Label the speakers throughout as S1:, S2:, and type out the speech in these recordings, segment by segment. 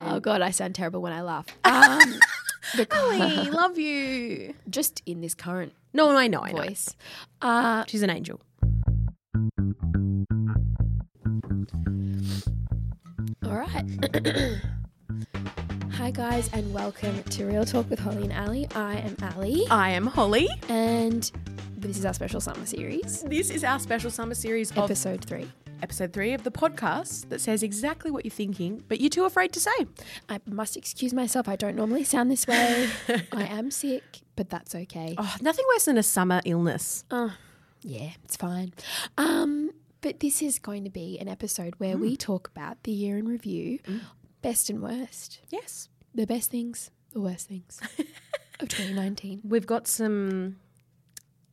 S1: Oh,
S2: Mm.
S1: God, I sound terrible when I laugh. Um, because
S2: Ellie, love you.
S1: just in this current
S2: No, I know, I know.
S1: voice. Uh,
S2: She's an angel.
S1: all right. Hi, guys, and welcome to Real Talk with Holly and Ali. I am Ali,
S2: I am Holly.
S1: and this is our special summer series,
S2: This is our special summer series of
S1: episode three.
S2: episode three of the podcast that says exactly what you're thinking, but you're too afraid to say.
S1: I must excuse myself. I don't normally sound this way. I am sick, but that's okay.
S2: Oh, nothing worse than a summer illness.
S1: Yeah, it's fine. Um, but this is going to be an episode
S2: Mm.
S1: where we talk about the year in review, best and worst,
S2: Yes.
S1: the best things, the worst things of 2019.
S2: We've got some.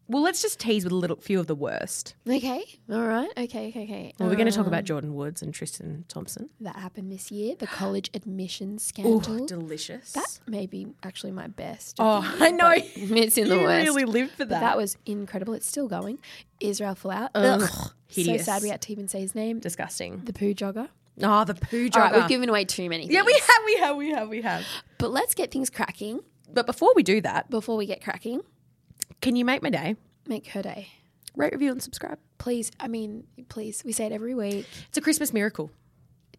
S2: Well, let's just tease with a little few of the worst.
S1: Okay, all right, okay, okay, okay.
S2: Well, we're going to
S1: Um,
S2: talk about Jordan Woods and Tristan Thompson.
S1: that happened this year, the college admissions
S2: Ooh,
S1: scandal.
S2: Oh, delicious.
S1: that may be actually my best.
S2: oh,
S1: of the year,
S2: I know.
S1: but It's in the
S2: you
S1: worst.
S2: really lived for
S1: But
S2: that.
S1: that was incredible. It's still going. Israel Flout.
S2: Ugh,
S1: so
S2: hideous.
S1: sad we had to even say his name.
S2: disgusting.
S1: The poo jogger.
S2: Oh, the poo
S1: All right,
S2: jogger.
S1: we've given away too many.
S2: yeah, we
S1: things.
S2: have, we have, we have, we have.
S1: But let's get things cracking
S2: But before we do that,
S1: before we get cracking.
S2: can you make my day?
S1: Make her day.
S2: Rate, review, and subscribe.
S1: Please, I mean, please. We say it every week
S2: It's a Christmas miracle.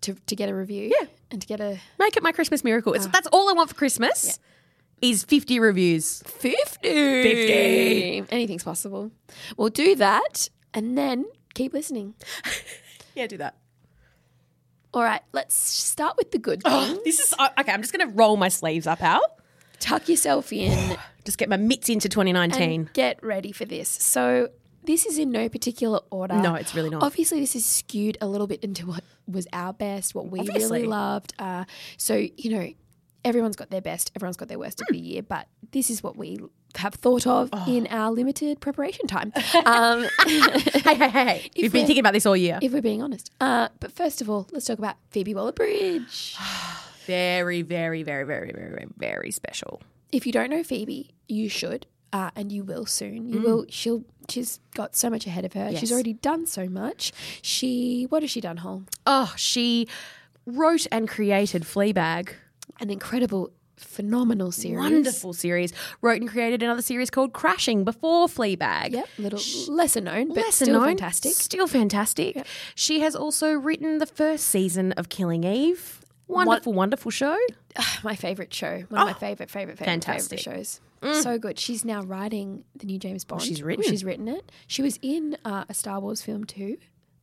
S1: to, to get a review.
S2: Yeah.
S1: And to get a
S2: Make it my Christmas miracle. It's, That's all I want for Christmas is 50 reviews.
S1: 50.
S2: 50.
S1: Anything's possible. We'll do that and then keep listening.
S2: Yeah, do that.
S1: All right, let's start with the good thing.
S2: Oh, this is uh, okay. I'm just going to roll my sleeves up, Al.
S1: Tuck yourself in.
S2: Just get my mitts into 2019.
S1: and get ready for this. So this is in no particular order.
S2: No, it's really not.
S1: Obviously, this is skewed a little bit into what was our best, what we
S2: Obviously.
S1: really loved. Uh, so you know, everyone's got their best, everyone's got their worst of the
S2: Mm.
S1: year, but this is what we have thought of
S2: Oh.
S1: in our limited preparation time. Um,
S2: hey, hey, hey, hey. You've been
S1: we're-
S2: thinking about this all year.
S1: if we're being honest. Uh, but first of all, let's talk about Phoebe Waller-Bridge.
S2: very, very, very, very, very, very, very special.
S1: if you don't know Phoebe, you should, uh, and you will soon. You will. She'll. She's got so much ahead of her.
S2: Mm. Yes.
S1: She's already done so much. She. What has she done? Whole
S2: Oh, she wrote and created Fleabag.
S1: an incredible, phenomenal series.
S2: Wonderful series. Wrote and created another series called Crashing before Fleabag.
S1: Yep. Little lesser known, but
S2: Lesser
S1: still
S2: known,
S1: fantastic.
S2: Still fantastic. She has also written the first season of Killing Eve. Wonderful, wonderful show.
S1: My favorite show. One of my favorite, favorite, favorite,
S2: Oh, Fantastic. Mm.
S1: favorite shows. So good. She's now writing the new James Bond.
S2: she's
S1: Well,
S2: written.
S1: she's written it. She was in uh, a Star Wars film too,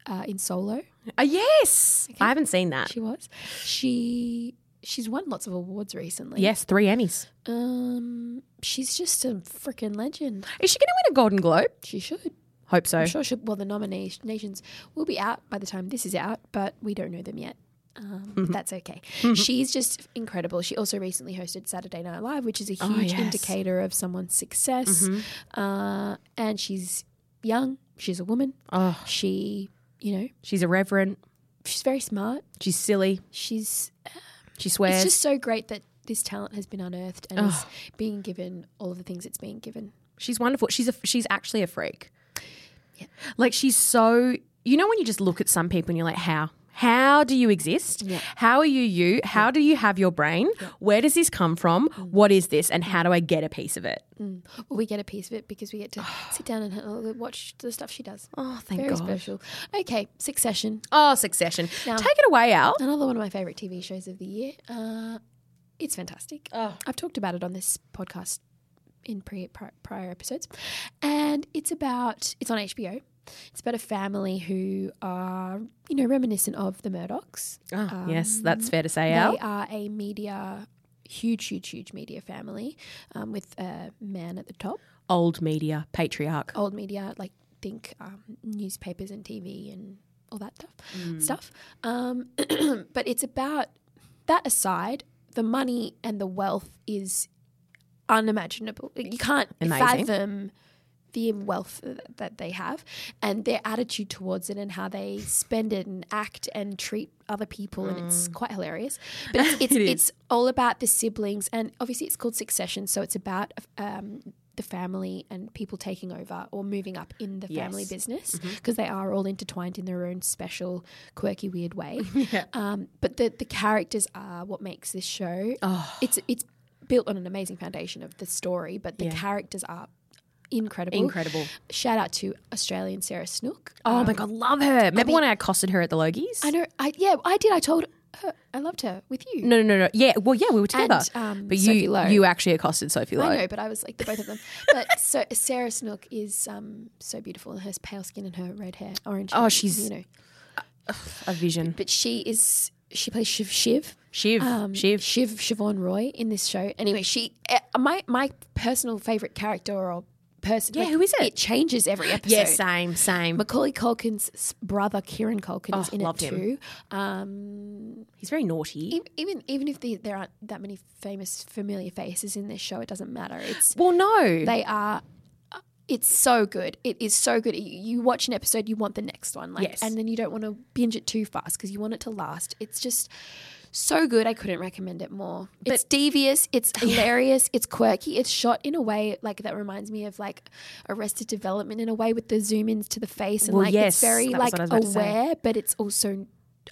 S1: uh, in Solo.
S2: Uh, yes. I haven't seen that.
S1: She was. She. She's won lots of awards recently.
S2: Yes, three Emmys.
S1: Um, she's just a freaking legend.
S2: Is she going to win a Golden Globe?
S1: She should.
S2: Hope so.
S1: I'm sure she. Well, the nominations will be out by the time this is out, but we don't know them yet. Um,
S2: Mm-hmm.
S1: but that's okay. She's just incredible. She also recently hosted Saturday Night Live, which is a huge
S2: Oh, yes. Mm-hmm.
S1: indicator of someone's success. Uh, and she's young. She's a woman.
S2: Oh,
S1: She, you know,
S2: she's irreverent.
S1: she's very smart.
S2: She's silly.
S1: She's.
S2: She swears.
S1: It's just so great that this talent has been unearthed and is being given all of the things it's being given.
S2: She's wonderful. She's a, she's actually a freak. Like she's so you know when you just look at some people and you're like how how do you exist? How are you you? How do you have your brain? Where does this come from? What is this and how do I get a piece of it?
S1: Well, we get a piece of it because we get to sit down and uh, watch the stuff she does.
S2: Oh, thank
S1: Very
S2: God.
S1: special. Okay, Succession,
S2: Oh, Succession. Take it away out.
S1: another one of my favorite TV shows of the year. Uh, it's fantastic. I've talked about it on this podcast in pre- pri- prior episodes, and it's about it's on HBO. It's about a family who are you know reminiscent of the Murdochs.
S2: Ah, yes, that's fair to say
S1: They
S2: out.
S1: are a media. Huge, huge, huge media family um, with a man at the top.
S2: Old media patriarch.
S1: old media, like think um, newspapers and TV and all that stuff.
S2: Mm.
S1: Stuff. Um, but it's about that aside, the money and the wealth is unimaginable. You can't
S2: Amazing.
S1: fathom the wealth th- that they have and their attitude towards it and how they spend it and act and treat other people and it's quite hilarious but it's it's,
S2: Mm. It is.
S1: it's all about the siblings and obviously it's called succession so it's about um, the the family and people taking over or moving up in the family
S2: Yes. Mm-hmm.
S1: business because they are all intertwined in their own special, quirky, weird way. Um, but the the characters are what makes this show.
S2: Oh.
S1: It's it's built on an amazing foundation of the story, but the
S2: Yeah.
S1: characters are incredible.
S2: Incredible.
S1: Shout out to Australian Sarah Snook.
S2: Oh my god, love her. Remember when I accosted her at the Logies?
S1: I know. I yeah, I did. I told her I loved her with you.
S2: no, no, no, no. Yeah, well, yeah, we were together.
S1: And, um,
S2: but
S1: Sophie
S2: you,
S1: Lowe.
S2: you actually accosted Sophie Lowe.
S1: I know, but I was like the both of them. But so Sarah Snook is um, so beautiful, and her pale skin and her red hair, orange.
S2: Oh,
S1: hair,
S2: she's-
S1: you know.
S2: A vision.
S1: But she is she plays Shiv Shiv.
S2: Shiv,
S1: Um,
S2: Shiv.
S1: Shiv Siobhan Roy in this show. Anyway, she eh, my my personal favorite character or person.
S2: Yeah, who is it?
S1: It changes every episode.
S2: Yeah, same, same.
S1: Macaulay Culkin's s- brother Kieran Culkin is
S2: Oh,
S1: in it
S2: loved him.
S1: too. Um,
S2: He's very naughty.
S1: e- even even if the, there aren't that many famous familiar faces in this show, it doesn't matter. It's
S2: Well, no.
S1: they are uh, it's so good it is so good you, you watch an episode you want the next one like
S2: Yes.
S1: and then you don't want to binge it too fast because you want it to last it's just so good i couldn't recommend it more it's devious it's hilarious it's quirky it's shot in a way like that reminds me of like arrested development in a way with the zoom ins to the face and
S2: Well,
S1: like
S2: yes,
S1: it's very
S2: that
S1: like
S2: was what I was about to say.
S1: aware but it's also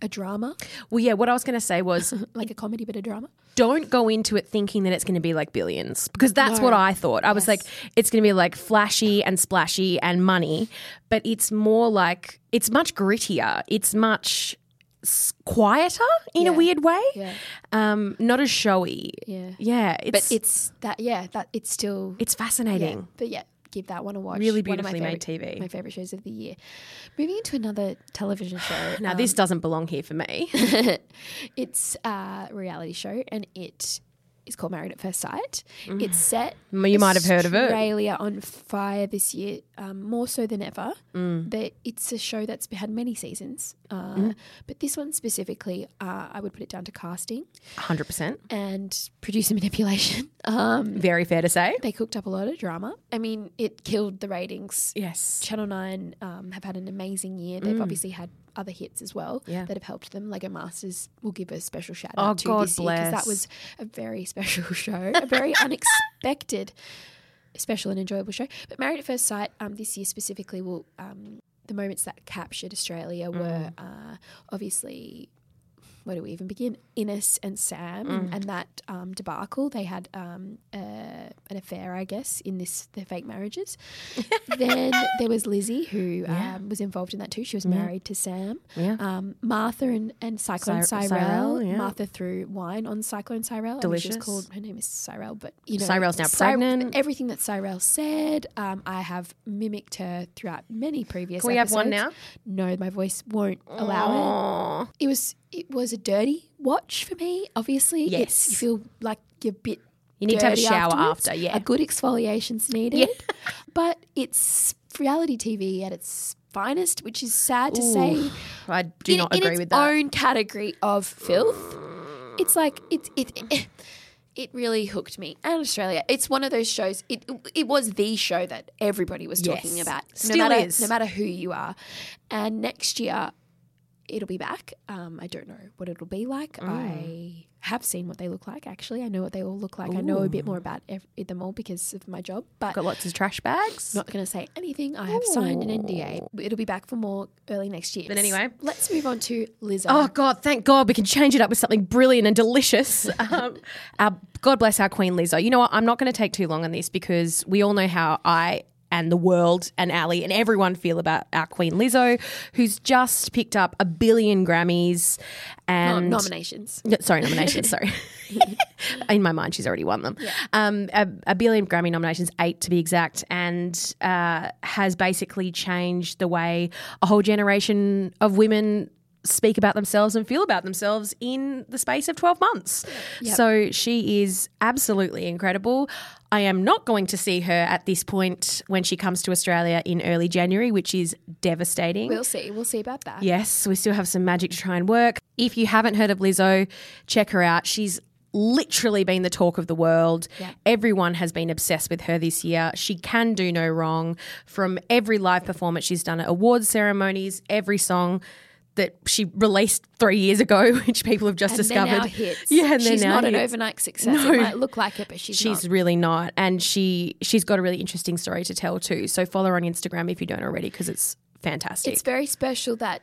S1: a drama
S2: well, yeah, what I was going to say was
S1: like a comedy but a drama
S2: don't go into it thinking that it's going to be like billions because that's what I thought. I was like, it's going to be like flashy and splashy and money, but it's more like it's much grittier. It's much s- quieter in a
S1: Yeah.
S2: weird way.
S1: yeah
S2: Um, not as showy.
S1: yeah
S2: Yeah, it's
S1: but it's that yeah that it's still
S2: it's fascinating.
S1: But yeah, give that one a watch.
S2: Really
S1: One of my
S2: beautifully made
S1: favourite-
S2: TV.
S1: My favorite shows of the year. Moving into another television show. um,
S2: Now this doesn't belong here for me.
S1: it's a reality show, and it is called Married at First Sight. It's set.
S2: Mm. You might have heard of it.
S1: Australia on fire this year, um, more so than ever.
S2: Mm.
S1: That it's a show that's had many seasons, uh,
S2: Mm-hmm.
S1: but this one specifically, uh, I would put it down to casting
S2: Hundred percent.
S1: and producer manipulation. Um,
S2: Very fair to say.
S1: they cooked up a lot of drama. I mean, it killed the ratings.
S2: Yes. Mm.
S1: Channel 9 um, have had an amazing year. They've obviously had other hits as well
S2: Yeah.
S1: that have helped them. Lego Masters will give a special shout
S2: Oh,
S1: out to
S2: God
S1: this year because
S2: bless.
S1: that was a very special show, a very unexpected, special and enjoyable show. But Married at First Sight um, this year specifically will. Um, the moments that captured Australia
S2: Mm.
S1: were uh, obviously where do we even begin? Innes and Sam
S2: Mm.
S1: and, and that um, debacle. They had um, uh, an affair, I guess, in this their fake marriages. then there was Lizzie, who um, was involved in that too. She was married to Sam.
S2: Yeah.
S1: Um, Martha and, and Cyclone
S2: Cy-
S1: Cyrell.
S2: Cyrell, yeah.
S1: Martha threw wine on Cyclone Cyrell. I think
S2: Delicious.
S1: she was called, her name is Cyrell, but you know.
S2: Cyrell's now
S1: Cyr-
S2: pregnant.
S1: Everything that Cyrell said, um, I have mimicked her throughout many previous
S2: Can we have one
S1: episodes. No, my voice won't allow it
S2: Aw.
S1: it was it was a dirty watch for me. Obviously,
S2: Yes.
S1: it's, you feel like you're a bit.
S2: You need to have a
S1: dirty
S2: shower
S1: afterwards.
S2: after, yeah.
S1: a good exfoliation's needed. but it's reality TV at its finest, which is sad to say.
S2: I do
S1: in,
S2: not
S1: in
S2: agree
S1: its
S2: with that.
S1: Own category of filth. It's like it it. It really hooked me, and Australia. It's one of those shows. It it was the show that everybody was talking
S2: Yes.
S1: about,
S2: Still
S1: no matter
S2: is.
S1: no matter who you are. And next year, it'll be back. Um, I don't know what it'll be like.
S2: Mm.
S1: I have seen what they look like. Actually, I know what they all look like. I know a bit more about ev- them all because of my job. But
S2: Got lots of trash bags.
S1: not going to say anything. I have signed an NDA. It'll be back for more early next year.
S2: But anyway.
S1: let's move on to Lizzo.
S2: Oh God! Thank God we can change it up with something brilliant and delicious. Um, our, God bless our Queen Lizzo. You know what? I'm not going to take too long on this because we all know how I and the world and Ali and everyone feel about our Queen Lizzo, who's just picked up a billion Grammys
S1: Nom-
S2: Oh, and
S1: nominations.
S2: No, sorry, nominations. sorry. In my mind, she's already won them. Um, a, a billion Grammy nominations, eight to be exact, and uh, has basically changed the way a whole generation of women speak about themselves and feel about themselves in the space of 12 months. So she is absolutely incredible. I am not going to see her at this point when she comes to Australia in early January, which is devastating.
S1: We'll see. We'll see about that.
S2: Yes, we still have some magic to try and work. If you haven't heard of Lizzo, check her out. She's literally been the talk of the world. Everyone has been obsessed with her this year. She can do no wrong from every live performance she's done at awards ceremonies, every song. that she released three years ago, which people have just
S1: and
S2: discovered.
S1: They're now hits.
S2: Yeah, and they're
S1: she's
S2: now
S1: not an
S2: hits.
S1: overnight success.
S2: No.
S1: It might look like it, but she's,
S2: She's
S1: not.
S2: really not, and she she's got a really interesting story to tell too. So follow her on Instagram if you don't already, because it's fantastic.
S1: It's very special that,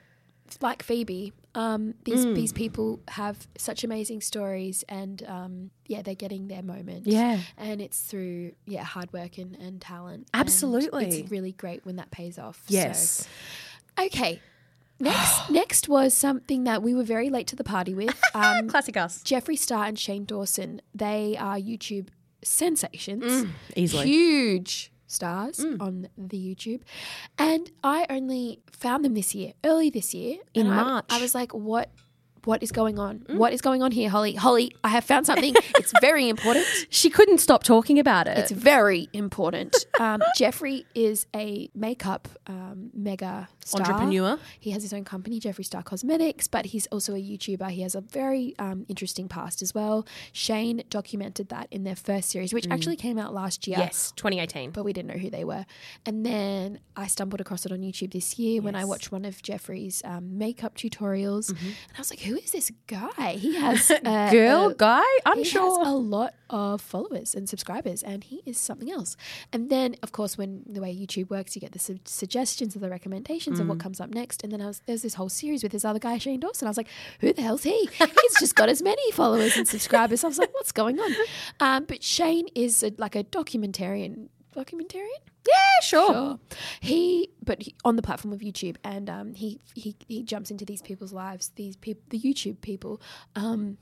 S1: like Phoebe, um, these
S2: Mm.
S1: these people have such amazing stories, and um, yeah, they're getting their moment.
S2: yeah,
S1: and it's through yeah hard work and, and talent. And
S2: Absolutely.
S1: it's really great when that pays off. So-
S2: yes,
S1: Okay. Next, next was something that we were very late to the party with. Um,
S2: classic us
S1: Jeffree Star and Shane Dawson. They are YouTube sensations.
S2: Mm, easily. Mm.
S1: Huge stars on the YouTube. And I only found them this year, early this year.
S2: In
S1: and I-
S2: March. Mm.
S1: I, was like, what? What is going on? What is going on here, Holly? Holly, I have found something. it's very important.
S2: She couldn't stop talking about it.
S1: It's very important. Um, Jeffrey is a makeup um, mega star.
S2: Entrepreneur.
S1: He has his own company, Jeffree Star Cosmetics, but he's also a YouTuber. He has a very um, interesting past as well. Shane documented that in their first series, which actually came out last year.
S2: Mm. Yes, 2018.
S1: But we didn't know who they were. And then I stumbled across it on YouTube this year when I
S2: Yes. Mm-hmm.
S1: watched one of Jeffrey's um, makeup tutorials. And I was like, who is this guy? He has a,
S2: Girl,
S1: a-
S2: guy, I'm
S1: uh, he
S2: sure.
S1: has a lot of followers and subscribers, and he is something else. And then, of course, when the way YouTube works, you get the su- suggestions and the recommendations
S2: Mm.
S1: of what comes up next. And then I was there's this whole series with this other guy, Shane Dawson. I was like, who the hell's he? He's just got as many followers and subscribers. I was like, what's going on? Um, but Shane is a, like a documentarian. Documentarian?
S2: yeah, sure.
S1: Sure. He, but he, on the platform of YouTube, and um, he, he he jumps into these people's lives, these peop the YouTube people, um,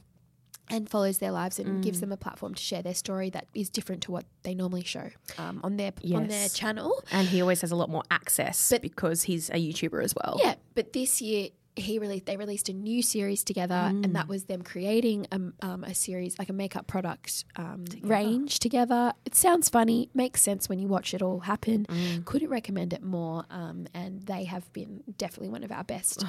S1: and follows their lives and
S2: Mm.
S1: gives them a platform to share their story that is different to what they normally show um, on their on their
S2: Yes.
S1: channel.
S2: And he always has a lot more access because he's a YouTuber as well.
S1: Yeah, but this year he released they released a new series together, and that was them creating a, um, a series like a makeup product um, range together. It sounds funny, makes sense when you watch it all happen. Couldn't recommend it more. Um, and they have been definitely one of our best.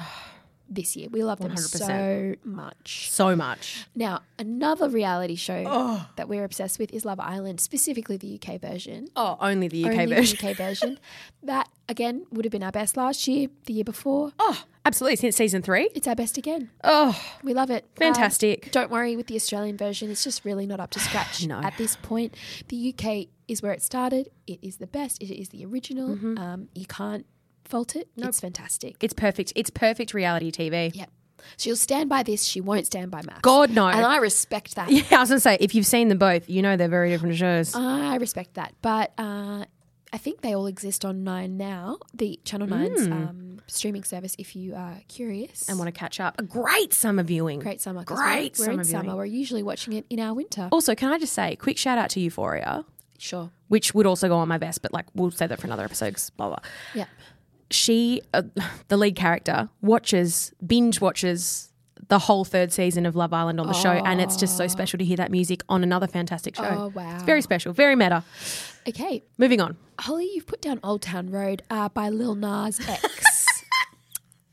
S1: This year, we love them
S2: 100%.
S1: so much.
S2: So much.
S1: Now, another reality show that we're obsessed with is Love Island, specifically the UK version
S2: Oh, only the UK
S1: only
S2: version.
S1: The UK version. That again would have been our best last year, the year before.
S2: Oh, absolutely. Since season three.
S1: It's our best again.
S2: Oh,
S1: We love it.
S2: fantastic.
S1: Um, don't worry with the Australian version; it's just really not up to scratch
S2: No.
S1: at this point. The UK is where it started. It is the best. It is the original.
S2: Mm-hmm.
S1: Um, you can't fault it. It's fantastic.
S2: it's perfect. It's perfect reality TV.
S1: Yep. She'll stand by this. She won't stand by maths.
S2: God, no.
S1: And I respect that.
S2: Yeah, I was going to say, if you've seen them both, you know they're very different shows.
S1: I respect that, but uh, I think they all exist on Nine now, the Channel 9's um, streaming service. If you are curious,
S2: Hmm. and want to catch up. A great summer viewing.
S1: great summer, 'cause
S2: Great
S1: we're, we're in summer.
S2: summer Oh. viewing.
S1: We're usually watching it in our winter.
S2: Also, can I just say, quick shout out to Euphoria,
S1: Sure,
S2: which would also go on my best, but like we'll say that for another episode. 'cause Blah blah.
S1: yeah,
S2: She, uh, the lead character, watches binge watches the whole third season of Love Island on the show, and it's just so special to hear that music on another fantastic show.
S1: Oh, wow.
S2: it's very special, very meta.
S1: okay.
S2: Moving on.
S1: Holly, you've put down Old Town Road uh, by Lil Nas X.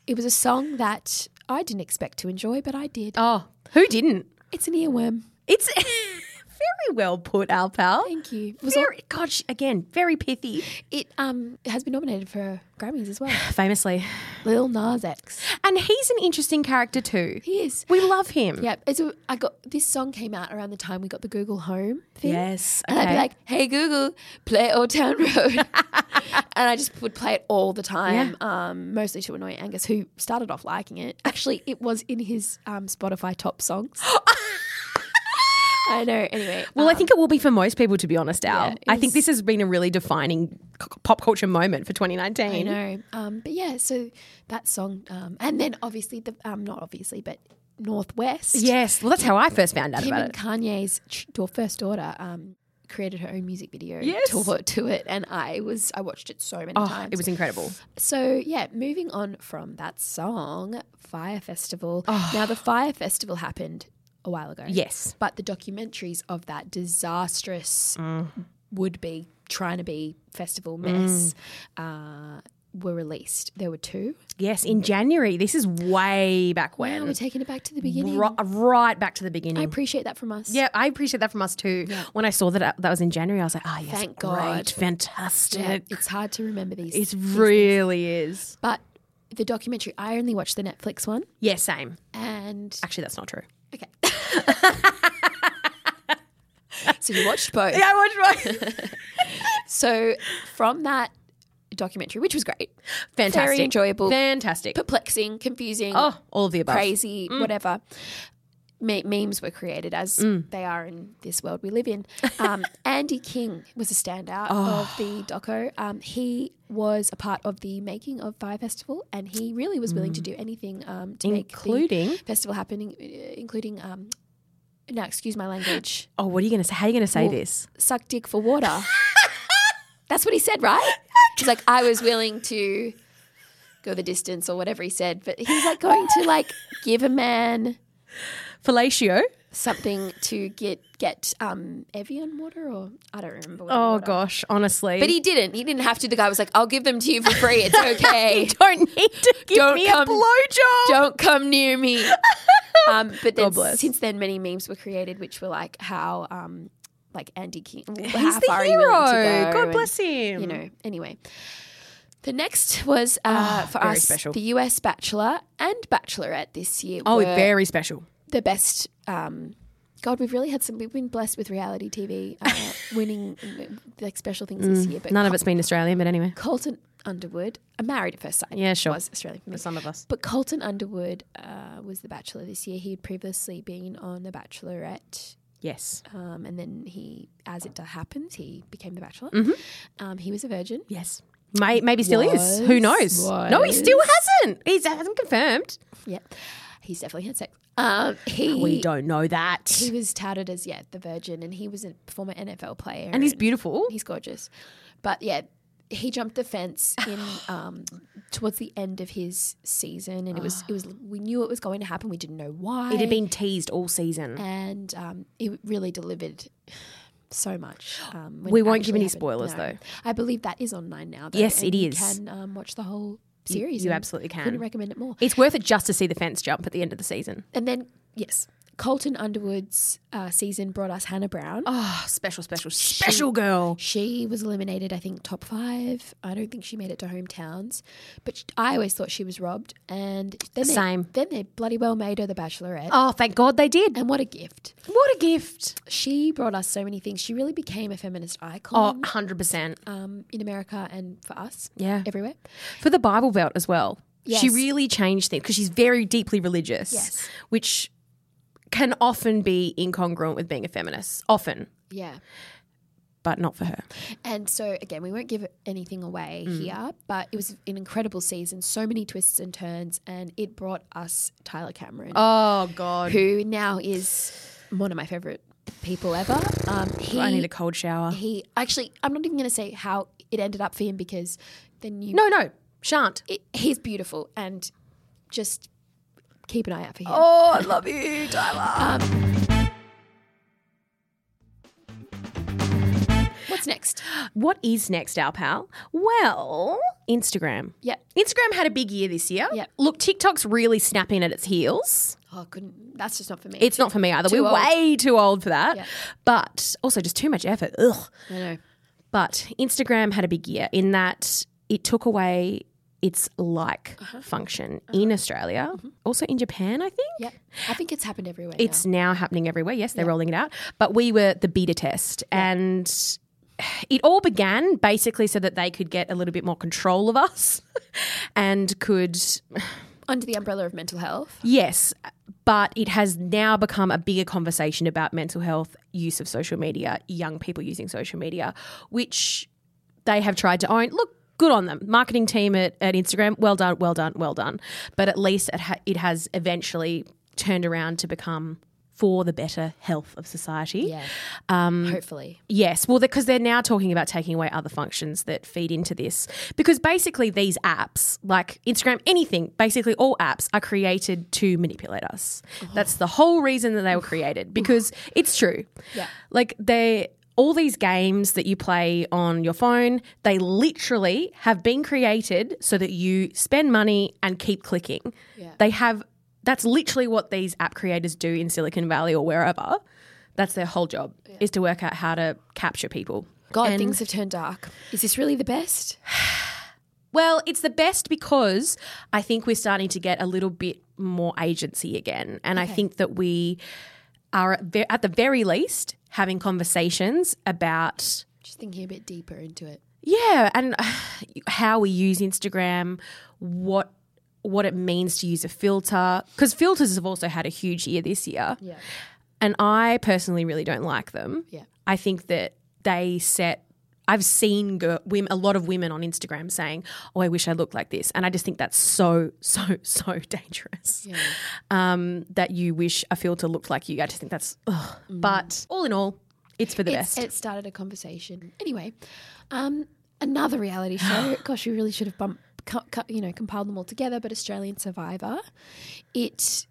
S1: it was a song that I didn't expect to enjoy, but I did.
S2: Oh, who didn't?
S1: It's an earworm.
S2: It's very well put, our pal.
S1: Thank you. It, was all-
S2: Very, God, she, again, very pithy.
S1: it um has been nominated for Grammys as well.
S2: Famously,
S1: Lil Nas X.
S2: and he's an interesting character too.
S1: He is.
S2: We love him.
S1: Yeah, it's a, I got this song came out around the time we got the Google Home thing.
S2: Yes.
S1: And I'd be
S2: okay.
S1: like, "Hey Google, play Old Town Road," and I just would play it all the time, um, mostly to annoy Angus, who started off liking it. Actually, it was in his um, Spotify top songs. I know. Anyway,
S2: Well, I think it will be for most people, to be honest, Al.
S1: it
S2: I think this has been a really defining c- pop culture moment for 2019.
S1: I know. Um, but yeah, so that song, um, and then obviously the um, not obviously, but Northwest.
S2: Yes, well, that's how I first found out
S1: Kim
S2: about
S1: and
S2: it.
S1: Kanye's ch- daugh- first daughter um, created her own music video
S2: Yes.
S1: to, to it, and I was I watched it so many
S2: Oh,
S1: times.
S2: it was incredible.
S1: so yeah. Moving on from that song, Fire Festival. Now the Fire Festival happened a while ago.
S2: Yes.
S1: but the documentaries of that disastrous would be trying to be festival mess. Uh, were released. There were two.
S2: Yes, in January. This is way back
S1: Now we're
S2: when.
S1: taking it back to the beginning.
S2: Ri- right back to
S1: I
S2: the beginning.
S1: appreciate that from us.
S2: yeah, I appreciate that from us too. When I saw that that was in January, I was like, oh, yes,
S1: Thank
S2: great,
S1: God.
S2: fantastic.
S1: it's hard to remember these.
S2: It really is.
S1: But the documentary. I only watched the Netflix one,
S2: Yeah, same.
S1: and
S2: Actually, that's not true.
S1: okay. so you watched both.
S2: I watched one.
S1: So from that documentary, which was great,
S2: Fantastic.
S1: very enjoyable,
S2: Fantastic.
S1: perplexing, confusing,
S2: Oh, Mm. all of the above.
S1: crazy, whatever. Me- memes were created as
S2: Mm.
S1: they are in this world we live in. Um, Andy King was a standout
S2: Oh.
S1: of the doco. Um, he was a part of the making of Fire Festival, and he really was willing to do anything um, to
S2: Mm. Including-
S1: make the festival happening, uh, including. Um, now, excuse my language.
S2: Oh, what are you going to say? How are you going to say this?
S1: Suck dick for water. That's what he said, right? He's like, I was willing to go the distance or whatever he said, but he's like going to like give a man
S2: Fellatio.
S1: something to get get um Evian water or I don't remember. What
S2: Oh
S1: water.
S2: gosh, honestly.
S1: But he didn't. He didn't have to. The guy was like, "I'll give them to you for free. It's okay.
S2: don't need to give
S1: Don't
S2: me
S1: come-
S2: a blowjob.
S1: Don't come near me." Um, but then,
S2: God bless.
S1: since then, many memes were created, which were like how, um, like Andy King,
S2: He's
S1: how
S2: the
S1: far are you
S2: hero.
S1: willing to go?
S2: God
S1: and-
S2: bless him.
S1: you know, anyway. The next was uh, for
S2: Ah, very
S1: us
S2: special.
S1: the US Bachelor and Bachelorette this year.
S2: Oh,
S1: were
S2: very special.
S1: the best. Um, God, we've really had some. We've been blessed with reality TV uh, winning like special things this year. But
S2: Mm, None of it's been Australian, but anyway.
S1: Colton Underwood, uh, married at first sight.
S2: Yeah, sure.
S1: was Australian for me.
S2: Some of us.
S1: But Colton Underwood uh, was the Bachelor this year. He'd previously been on the Bachelorette
S2: Yes.
S1: um, and then he, as it happens, he became the bachelor.
S2: Mm-hmm.
S1: Um, he was a virgin.
S2: Yes. May, maybe still is.
S1: Was-
S2: Who knows? No, he still
S1: was.
S2: hasn't. He hasn't confirmed.
S1: Yeah, he's definitely had sex. Um, he
S2: We don't know that.
S1: he was touted as yeah the virgin, and he was a former NFL player,
S2: And he's beautiful.
S1: he's gorgeous. But yeah, he jumped the fence in um, towards the end of his season, and it was it was we knew it was going to happen. We didn't know why.
S2: It had been teased all season.
S1: and um, it really delivered. So much. Um, when
S2: We
S1: it
S2: won't give
S1: actually
S2: any
S1: happened.
S2: spoilers, though.
S1: I believe that is on Nine now. Though,
S2: Yes,
S1: and
S2: it
S1: you
S2: is.
S1: Can um, watch the whole series.
S2: you
S1: and
S2: absolutely can.
S1: Couldn't recommend it more.
S2: It's worth it just to see the fence jump at the end of the season.
S1: And then, yes, Colton Underwood's uh, season brought us Hannah Brown.
S2: Oh, special, special, special girl.
S1: She was eliminated, I think, top five. I don't think she made it to hometowns, but sh I always thought she was robbed. And then they,
S2: Same.
S1: Then they bloody well made her the Bachelorette.
S2: Oh, thank God they did.
S1: And what a gift!
S2: What a gift.
S1: She brought us so many things. She really became a feminist
S2: Oh,
S1: icon
S2: 100%.
S1: um, in America and for us,
S2: Yeah.
S1: everywhere.
S2: For the Bible Belt as well. She
S1: Yes.
S2: really changed things because she's very deeply religious,
S1: Yes.
S2: which can often be incongruent with being a feminist. Often,
S1: Yeah.
S2: but not for her.
S1: And so again, we won't give anything away
S2: Mm.
S1: here, but it was an incredible season, so many twists and turns, and it brought us Tyler Cameron,
S2: Oh, God.
S1: who now is one of my favorite people ever. Um, he,
S2: I need a cold shower.
S1: he actually, I'm not even going to say how it ended up for him because then you,
S2: No, no, shan't.
S1: it, he's beautiful and just keep an eye out for him.
S2: Oh, I love you, Tyler.
S1: What's next?
S2: What is next, our pal? Well, Instagram.
S1: Yep.
S2: Instagram had a big year this year.
S1: Yep.
S2: Look, TikTok's really snapping at its heels.
S1: Oh, couldn't. That's just not for me.
S2: It's not for me either. We're
S1: old.
S2: way too old for that.
S1: Yeah.
S2: But also just too much effort. Ugh.
S1: I know.
S2: But Instagram had a big year in that it took away its like function in Australia, also in Japan, I think.
S1: Yeah, I think it's happened everywhere. now.
S2: It's now happening everywhere. Yes, they're rolling it out. But we were the beta test and it all began basically so that they could get a little bit more control of us and could
S1: under the umbrella of mental health.
S2: Yes, but it has now become a bigger conversation about mental health, use of social media, young people using social media, which they have tried to own. Look, good on them. Marketing team at, at Instagram, well done, well done, well done. But at least it, ha- it has eventually turned around to become for the better health of society.
S1: Yeah.
S2: Um,
S1: Hopefully.
S2: Yes, well, because they're now talking about taking away other functions that feed into this. Because basically, these apps, like Instagram, anything, basically all apps are created to manipulate us. That's the whole reason that they were created. Because it's true.
S1: Yeah.
S2: Like they all these games that you play on your phone, they literally have been created so that you spend money and keep clicking.
S1: Yeah.
S2: They have that's literally what these app creators do in Silicon Valley or wherever. That's their whole job is to work out how to capture people.
S1: God, things have turned dark. Is this really the best?
S2: Well, it's the best because I think we're starting to get a little bit more agency again. And I think that we are, at ve- at the very least, having conversations about,
S1: Just thinking a bit deeper into it.
S2: yeah, and how we use Instagram, what what it means to use a filter because filters have also had a huge year this year
S1: Yeah.
S2: and i personally really don't like them
S1: Yeah.
S2: I think that they set. I've seen girl, women, a lot of women on Instagram saying, "Oh, I wish I looked like this," and I just think that's so, so, so dangerous.
S1: Yeah.
S2: Um, that you wish a filter looked like you. I just think that's. Ugh. But all in all, it's for the
S1: Mm. It's-
S2: best.
S1: It started a conversation. Anyway, um, another reality show. Gosh, we really should have bumped, cu- cu- you know, compiled them all together. But Australian Survivor, it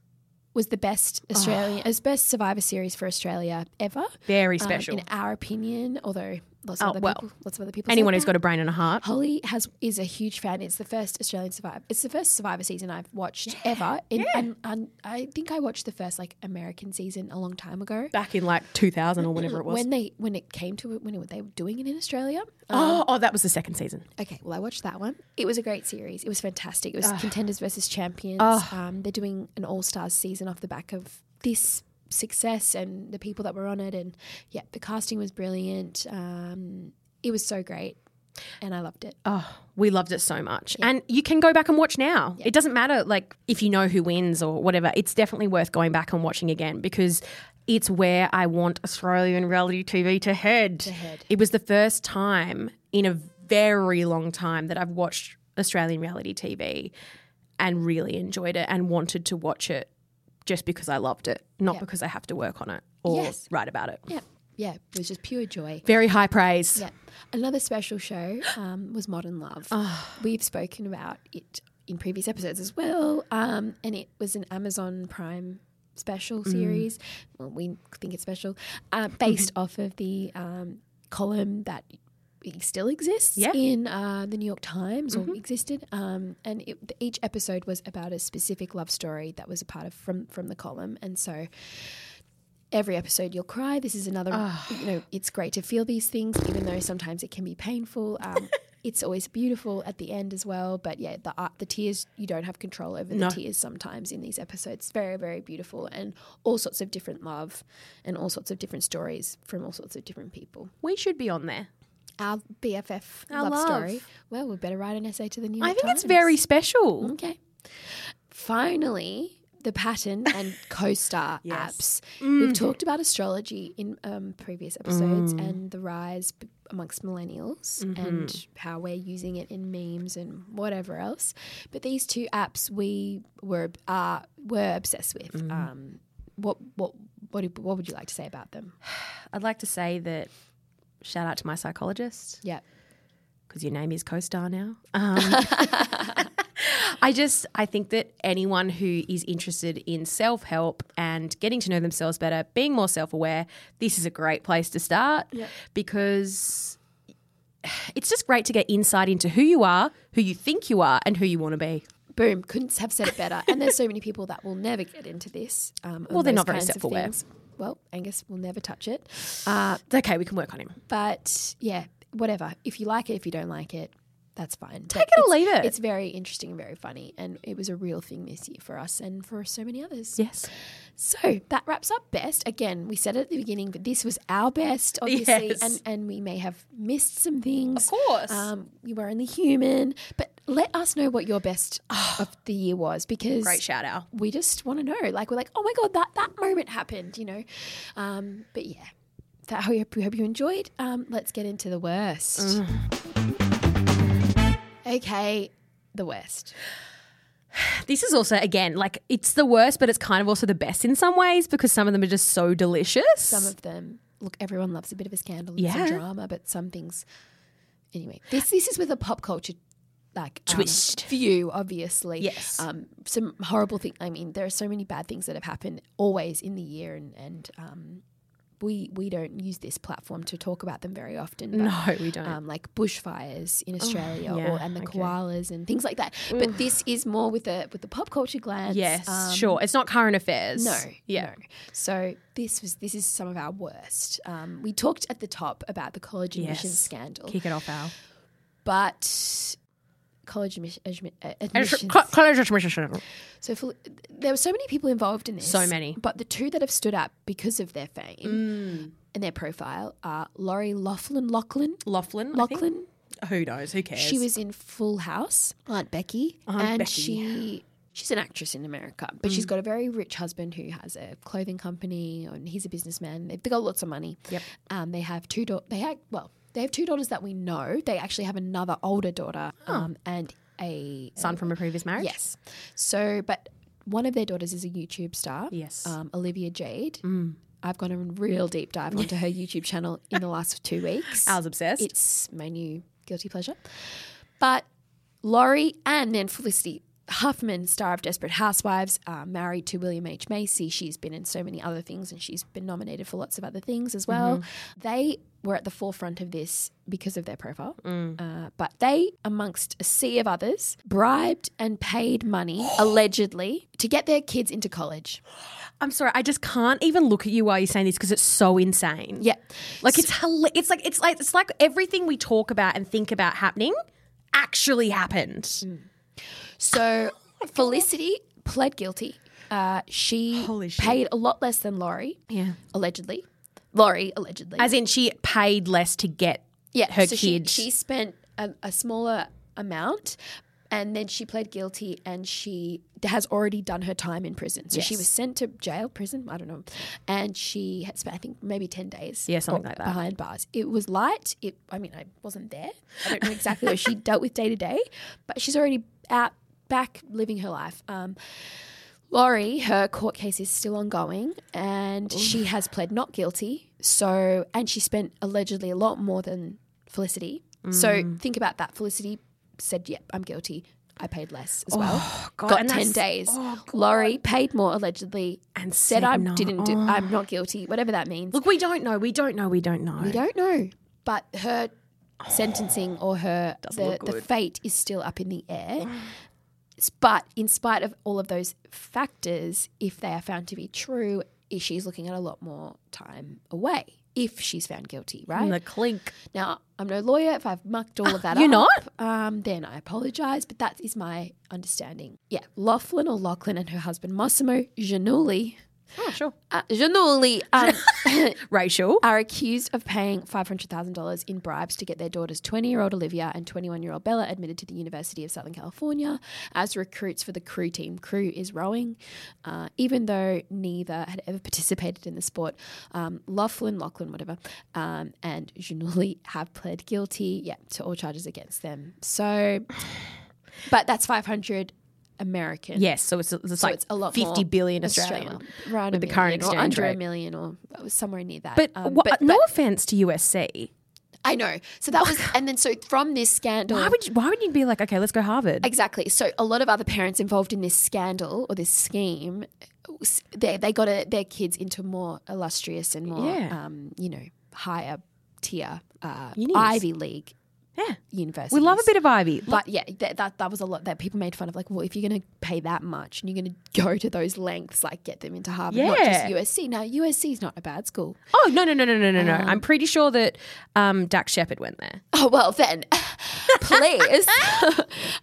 S1: was the best
S2: Ah.
S1: Australian, as best Survivor series for Australia ever.
S2: Very
S1: um,
S2: special.
S1: in our opinion, although lots of
S2: Oh,
S1: other
S2: well,
S1: people, lots of other people.
S2: Anyone
S1: said
S2: who's
S1: that.
S2: got a brain and a heart.
S1: Holly has is a huge fan. It's the first Australian Survivor. It's the first Survivor season I've watched ever. And, and, and I think I watched the first like American season a long time ago.
S2: Back in like 2000 or whenever it was.
S1: When uh, they when it came to it, when it, they were doing it in Australia.
S2: oh, oh, that was the second season.
S1: Okay, well I watched that one. It was a great series. It was fantastic. It was contenders versus champions. Um, they're doing an all stars season off the back of this success and the people that were on it. And yeah, the casting was brilliant. Um, it was so great, and I loved it.
S2: Oh, we loved it so much. And you can go back and watch now. It doesn't matter like if you know who wins or whatever. It's definitely worth going back and watching again because it's where I want Australian reality TV to head.
S1: head.
S2: It was the first time in a very long time that I've watched Australian reality TV and really enjoyed it and wanted to watch it just because I loved it, not because I have to work on it or
S1: Yes.
S2: write about it.
S1: Yeah, yeah, it was just pure joy.
S2: Very high praise.
S1: Yeah. Another special show um, was Modern Love. We've spoken about it in previous episodes as well. Um, and it was an Amazon Prime special series. Well, we think it's special, uh, based off of the um, column that it still exists
S2: Yeah.
S1: in uh, the New York Times or existed. Um, and it, each episode was about a specific love story that was a part of from from the column. And so every episode you'll cry. This is another,
S2: Ah.
S1: you know, it's great to feel these things, even though sometimes it can be painful. Um, it's always beautiful at the end as well. But yeah, the art, the tears, you don't have control over the tears sometimes in these episodes. Very, very beautiful and all sorts of different love and all sorts of different stories from all sorts of different people.
S2: We should be on there.
S1: Our BFF
S2: Our
S1: love,
S2: love.
S1: story. Well, we better write an essay to the New York
S2: I think it's
S1: Times. Mm.
S2: very special.
S1: Okay. Finally, the pattern and co-star apps.
S2: Mm-hmm.
S1: We've talked about astrology in um, previous episodes
S2: Mm.
S1: and the rise b- amongst millennials
S2: Mm-hmm.
S1: and how we're using it in memes and whatever else. But these two apps we were uh, were obsessed with.
S2: Mm-hmm.
S1: Um, what what what do- what would you like to say about them?
S2: I'd like to say that shout out to my psychologist
S1: Yeah.
S2: because your name is co-star now. Um, I just I think that anyone who is interested in self-help and getting to know themselves better, being more self-aware, this is a great place to start because it's just great to get insight into who you are, who you think you are, and who you want to be.
S1: boom, couldn't have said it better. and there's so many people that will never get into this. Um,
S2: Well, they're not very self-aware.
S1: self-aware. Well, Angus will never touch it. Uh,
S2: It's okay, we can work on him.
S1: but yeah, whatever. If you like it, if you don't like it, that's fine. Take
S2: it or leave it.
S1: It's very interesting and very funny. And it was a real thing this year for us and for so many others.
S2: Yes.
S1: So that wraps up best. Again, we said it at the beginning, but this was our best, obviously,
S2: Yes.
S1: and and we may have missed some things. Of
S2: course.
S1: um, you were only human. But let us know what your best of the year was, because
S2: Ah. Great shout out.
S1: we just want to know. Like we're like, oh my god, that that moment happened, you know. Um, but yeah, that we hope, we hope you enjoyed. Um, let's get into the worst. Okay, the worst.
S2: This is also again like it's the worst, but it's kind of also the best in some ways because some of them are just so delicious.
S1: Some of them look. Everyone loves a bit of a scandal, and
S2: Yeah.
S1: some drama, but some things. Anyway, this this is with a pop culture. Like um,
S2: Twist.
S1: view, obviously.
S2: Yes.
S1: Um, some horrible thing. I mean, there are so many bad things that have happened always in the year, and and um, we we don't use this platform to talk about them very often. but,
S2: No, we don't.
S1: Um, like bushfires in Australia,
S2: yeah,
S1: or, and the
S2: okay.
S1: koalas and things like that. But this is more with the with the pop culture glance.
S2: yes,
S1: um,
S2: sure. It's not current affairs.
S1: No,
S2: Yeah.
S1: no. So this was this is some of our worst. Um, we talked at the top about the college admissions
S2: Yes.
S1: scandal,
S2: Kick it off, Al.
S1: but college admis- admi- uh,
S2: Admission-
S1: admissions.
S2: co- College admission.
S1: So for, there were so many people involved in this.
S2: So many. Mm.
S1: But the two that have stood out because of their fame and their profile are Laurie Laughlin. Laughlin.
S2: Laughlin. I think?
S1: Laughlin.
S2: Who knows? Who cares?
S1: She was in Full House, Aunt Becky, Mm.
S2: Aunt
S1: and
S2: Becky.
S1: she she's an actress in America, but she's got a very rich husband who has a clothing company, and he's a businessman. They've got lots of money.
S2: Yep.
S1: Um, they have two daughters. They have well, they have two daughters that we know. They actually have another older daughter, um, and a
S2: son from a previous marriage.
S1: Yes. So, but one of their daughters is a YouTube star.
S2: Yes.
S1: Um, Olivia Jade. I've gone a real deep dive onto her YouTube channel in the last two weeks.
S2: I was obsessed.
S1: It's my new guilty pleasure. But Laurie and then Felicity Huffman, star of Desperate Housewives, uh, married to William H. Macy. She's been in so many other things and she's been nominated for lots of other things as well. They were at the forefront of this because of their profile. Uh, but they, amongst a sea of others, bribed and paid money, allegedly, to get their kids into college.
S2: I'm sorry. I just can't even look at you while you're saying this because it's so insane.
S1: Yeah.
S2: Like it's hila- it's like it's like it's like everything we talk about and think about happening actually happened.
S1: Mm. So Felicity pled guilty. Uh, she
S2: Holy shit.
S1: paid a lot less than Laurie,
S2: Yeah.
S1: allegedly. Laurie, allegedly.
S2: As in she paid less to get
S1: yeah,
S2: her
S1: so she-
S2: kid.
S1: She, spent a, a smaller amount and then she pled guilty and she has already done her time in prison. So she
S2: Yes.
S1: was sent to jail, prison, I don't know. And she had spent, I think, maybe 10 days
S2: Yeah, something like that.
S1: behind bars. It was light. It, I mean, I wasn't there. I don't know exactly what she dealt with day to day, but she's already out back living her life. Um, Laurie, her court case is still ongoing and she has pled not guilty. So, and she spent allegedly a lot more than Felicity.
S2: Mm.
S1: So think about that. Felicity said, yep, I'm guilty. I paid less as well.
S2: Oh God,
S1: Got
S2: and
S1: 10
S2: that's- oh
S1: days. Laurie paid more allegedly
S2: and
S1: said, I
S2: no.
S1: didn't do, I'm not guilty, whatever that means.
S2: Look, we don't know. We don't know. We don't know.
S1: We don't know. But her sentencing or her the,
S2: look
S1: the
S2: good.
S1: fate is still up in the air. S- But in spite of all of those factors, if they are found to be true, i- she's looking at a lot more time away if she's found guilty, right?
S2: The clink.
S1: now, I'm no lawyer. If I've mucked all of that
S2: you're
S1: up, um, then I apologise. But that is my understanding. Yeah, Laughlin or Lachlan and her husband Massimo Giannulli,
S2: Oh, sure.
S1: uh, Giannulli, um,
S2: Racial.
S1: are accused of paying $500,000 in bribes to get their daughters 20 year old Olivia and 21 year old Bella admitted to the University of Southern California as recruits for the crew team. Crew is rowing, uh, even though neither had ever participated in the sport. Um, Laughlin, Lachlan, whatever, um, and Junuli have pled guilty yeah, to all charges against them. So, but that's 500 American.
S2: yes. So it's, it's
S1: So
S2: like
S1: it's a lot more
S2: fifty billion Australian.
S1: Around a
S2: the current
S1: million or
S2: exchange
S1: under a
S2: rate.
S1: million or somewhere near that.
S2: But,
S1: Um,
S2: wha- no offense to USC.
S1: I know. So that was, and then so from this scandal,
S2: Why would you, why would you be like, okay, let's go Harvard?
S1: exactly. So a lot of other parents involved in this scandal or this scheme, s- they they got a, their kids into more illustrious and more,
S2: Yeah.
S1: um, you know, higher tier uh,
S2: Unis.
S1: Ivy League
S2: yeah.
S1: universities.
S2: We love a bit of Ivy.
S1: But yeah, that, that that was a lot that people made fun of. Like, well, if you're going to pay that much and you're going to go to those lengths, like get them into Harvard, not just
S2: Yeah.
S1: USC. Now, USC is not a bad school.
S2: Oh no no no no no no no! I'm pretty sure that um, Dak Shepard went there.
S1: Oh well, then, please.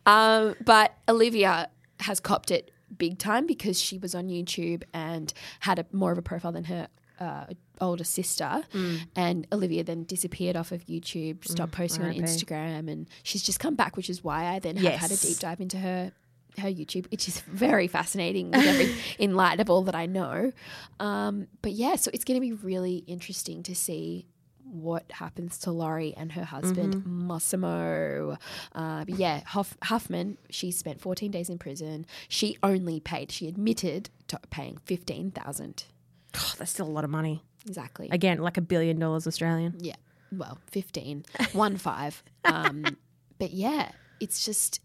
S1: um, but Olivia has copped it big time because she was on YouTube and had a more of a profile than her. Uh, older sister and Olivia then disappeared off of YouTube, stopped posting on
S2: RIP.
S1: Instagram, and she's just come back, which is why I then have had a
S2: Yes.
S1: deep dive into her her YouTube, which is very fascinating with every, in light of all that I know. Um, but yeah, so it's going to be really interesting to see what happens to Laurie and her husband
S2: Mm-hmm.
S1: Massimo. Uh, but yeah, Huff, Huffman. She spent 14 days in prison. She only paid. She admitted to paying 15,000.
S2: Oh, that's still a lot of money.
S1: Exactly.
S2: Again, like a billion dollars Australian.
S1: Yeah. Well, 15, one five. Um, but yeah, it's just,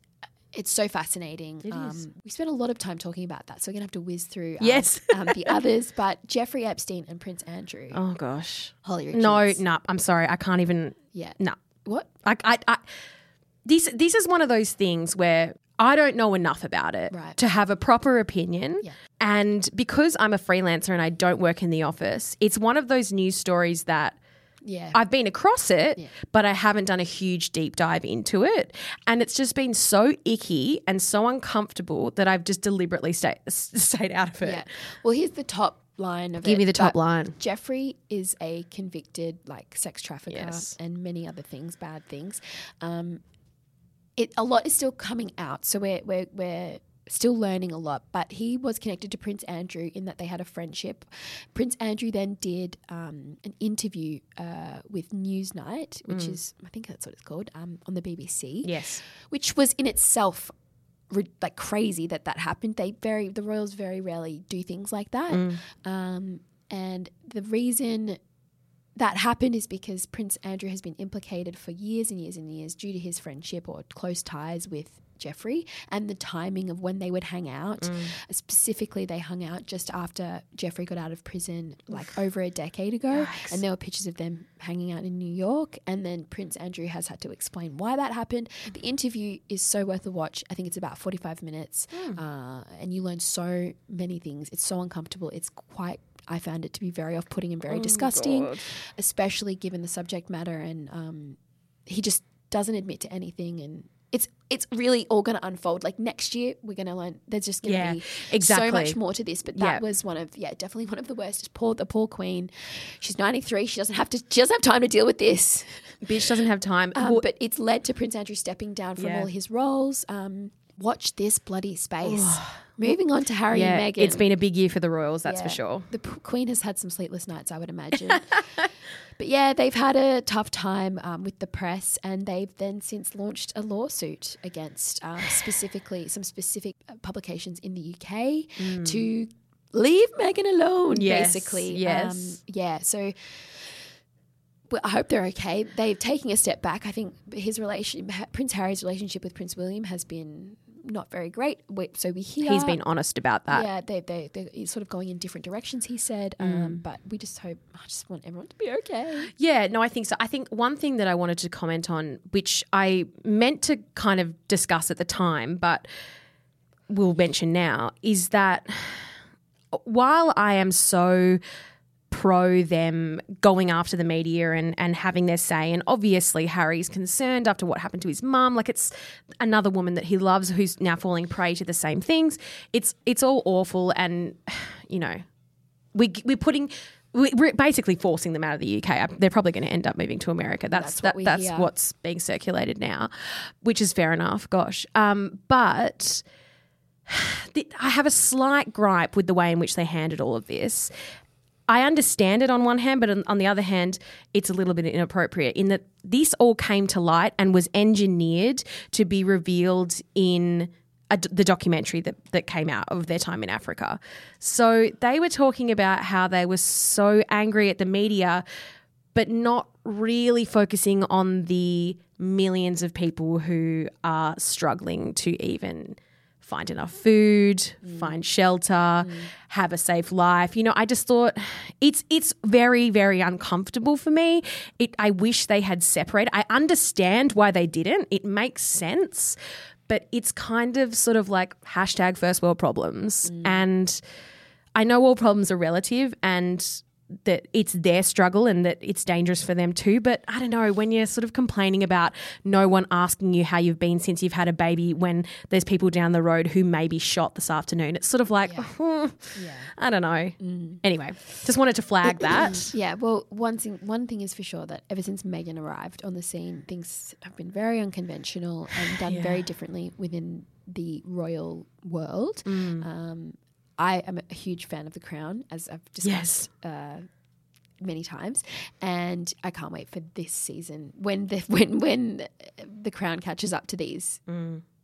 S1: it's so fascinating. um, We spent a lot of time talking about that. So we're going to have to whiz through um,
S2: Yes.
S1: um, the others. But Jeffrey Epstein and Prince Andrew.
S2: Oh gosh.
S1: Holly Richards.
S2: No, no. I'm sorry. I can't even.
S1: Yeah.
S2: No.
S1: What?
S2: Like I, I this this is one of those things where I don't know enough about it
S1: Right.
S2: to have a proper opinion.
S1: Yeah.
S2: And because I'm a freelancer and I don't work in the office, it's one of those news stories that
S1: Yeah.
S2: I've been across it, but I haven't done a huge deep dive into it. And it's just been so icky and so uncomfortable that I've just deliberately stay, stayed out of it.
S1: Yeah. Well, here's the top line of it.
S2: Give me the top
S1: but
S2: line.
S1: Jeffrey is a convicted like sex trafficker
S2: Yes.
S1: and many other things, bad things. Um, it a lot is still coming out, so we're we're we're still learning a lot. But he was connected to Prince Andrew in that they had a friendship. Prince Andrew then did um, an interview uh, with Newsnight,
S2: Mm.
S1: which is I think that's what it's called um, on the BBC
S2: Yes.
S1: which was in itself re- like crazy that that happened. They very the royals very rarely do things like that, um, and the reason that happened is because Prince Andrew has been implicated for years and years and years due to his friendship or close ties with. Jeffrey and the timing of when they would hang out. Specifically, they hung out just after Jeffrey got out of prison, like over a decade ago. And there were pictures of them hanging out in New York. And then Prince Andrew has had to explain why that happened. The interview is so worth a watch. I think it's about 45 minutes. Uh, and you learn so many things. It's so uncomfortable. It's quite, I found it to be very off putting and
S2: Oh,
S1: very disgusting, especially given the subject matter. And um, he just doesn't admit to anything. And it's, it's really all going to unfold. Like next year, we're going to learn. There's just going to
S2: Yeah,
S1: be
S2: exactly.
S1: so much more to this. But that
S2: Yeah.
S1: was one of yeah, definitely one of the worst. Is poor the poor queen. She's ninety three. She doesn't have to. She doesn't have time to deal with this.
S2: Bitch doesn't have time.
S1: Um,
S2: Well,
S1: but it's led to Prince Andrew stepping down from
S2: Yeah.
S1: all his roles. Um, watch this bloody space. Moving on to Harry
S2: yeah,
S1: and Meghan.
S2: it's been a big year for the royals, that's for
S1: Yeah.
S2: sure.
S1: The p- Queen has had some sleepless nights, I would imagine. but yeah, they've had a tough time um, with the press, and they've then since launched a lawsuit against um, specifically some specific uh, publications in the UK to leave Meghan alone,
S2: Mm. Yes,
S1: basically. Um,
S2: yes.
S1: yeah, so. Well, I hope they're okay. They've taken a step back. I think his relation, Prince Harry's relationship with Prince William has been not very great. We- So we hear
S2: He's been honest about that.
S1: yeah, they, they, they, it's sort of going in different directions, he said. Um, but we just hope, I just want everyone to be okay.
S2: Yeah, no, I think so. I think one thing that I wanted to comment on, which I meant to kind of discuss at the time, but we'll mention now, is that while I am so pro them going after the media and, and having their say, and obviously Harry's concerned after what happened to his mum, like it's another woman that he loves who's now falling prey to the same things. It's it's all awful and you know, we we're putting we- we're basically forcing them out of the UK. They're probably going to end up moving to America. That's
S1: That's what
S2: that,
S1: we
S2: that's
S1: hear.
S2: what's being circulated now, which is fair enough. Gosh, um, but the, I have a slight gripe with the way in which they handled all of this. I understand it on one hand, but on, on the other hand, it's a little bit inappropriate in that this all came to light and was engineered to be revealed in a d the documentary that, that came out of their time in Africa. So they were talking about how they were so angry at the media, but not really focusing on the millions of people who are struggling to even find enough food, find shelter, have a safe life. You know, I just thought it's it's very very uncomfortable for me. It I wish they had separated. I understand why they didn't. It makes sense, but it's kind of sort of like hashtag first world problems and I know all problems are relative and that it's their struggle and that it's dangerous for them too. But I don't know, when you're sort of complaining about no one asking you how you've been since you've had a baby, when there's people down the road who may be shot this afternoon, it's sort of like, "Hmm, I don't know. Anyway, just wanted to flag that.
S1: Yeah, well, one thing, one thing is for sure that ever since Megan arrived on the scene, things have been very unconventional and done very differently within the royal world. Um, I am a huge fan of The Crown, as I've discussed uh, many times, and I can't wait for this season when the when when The Crown catches up to these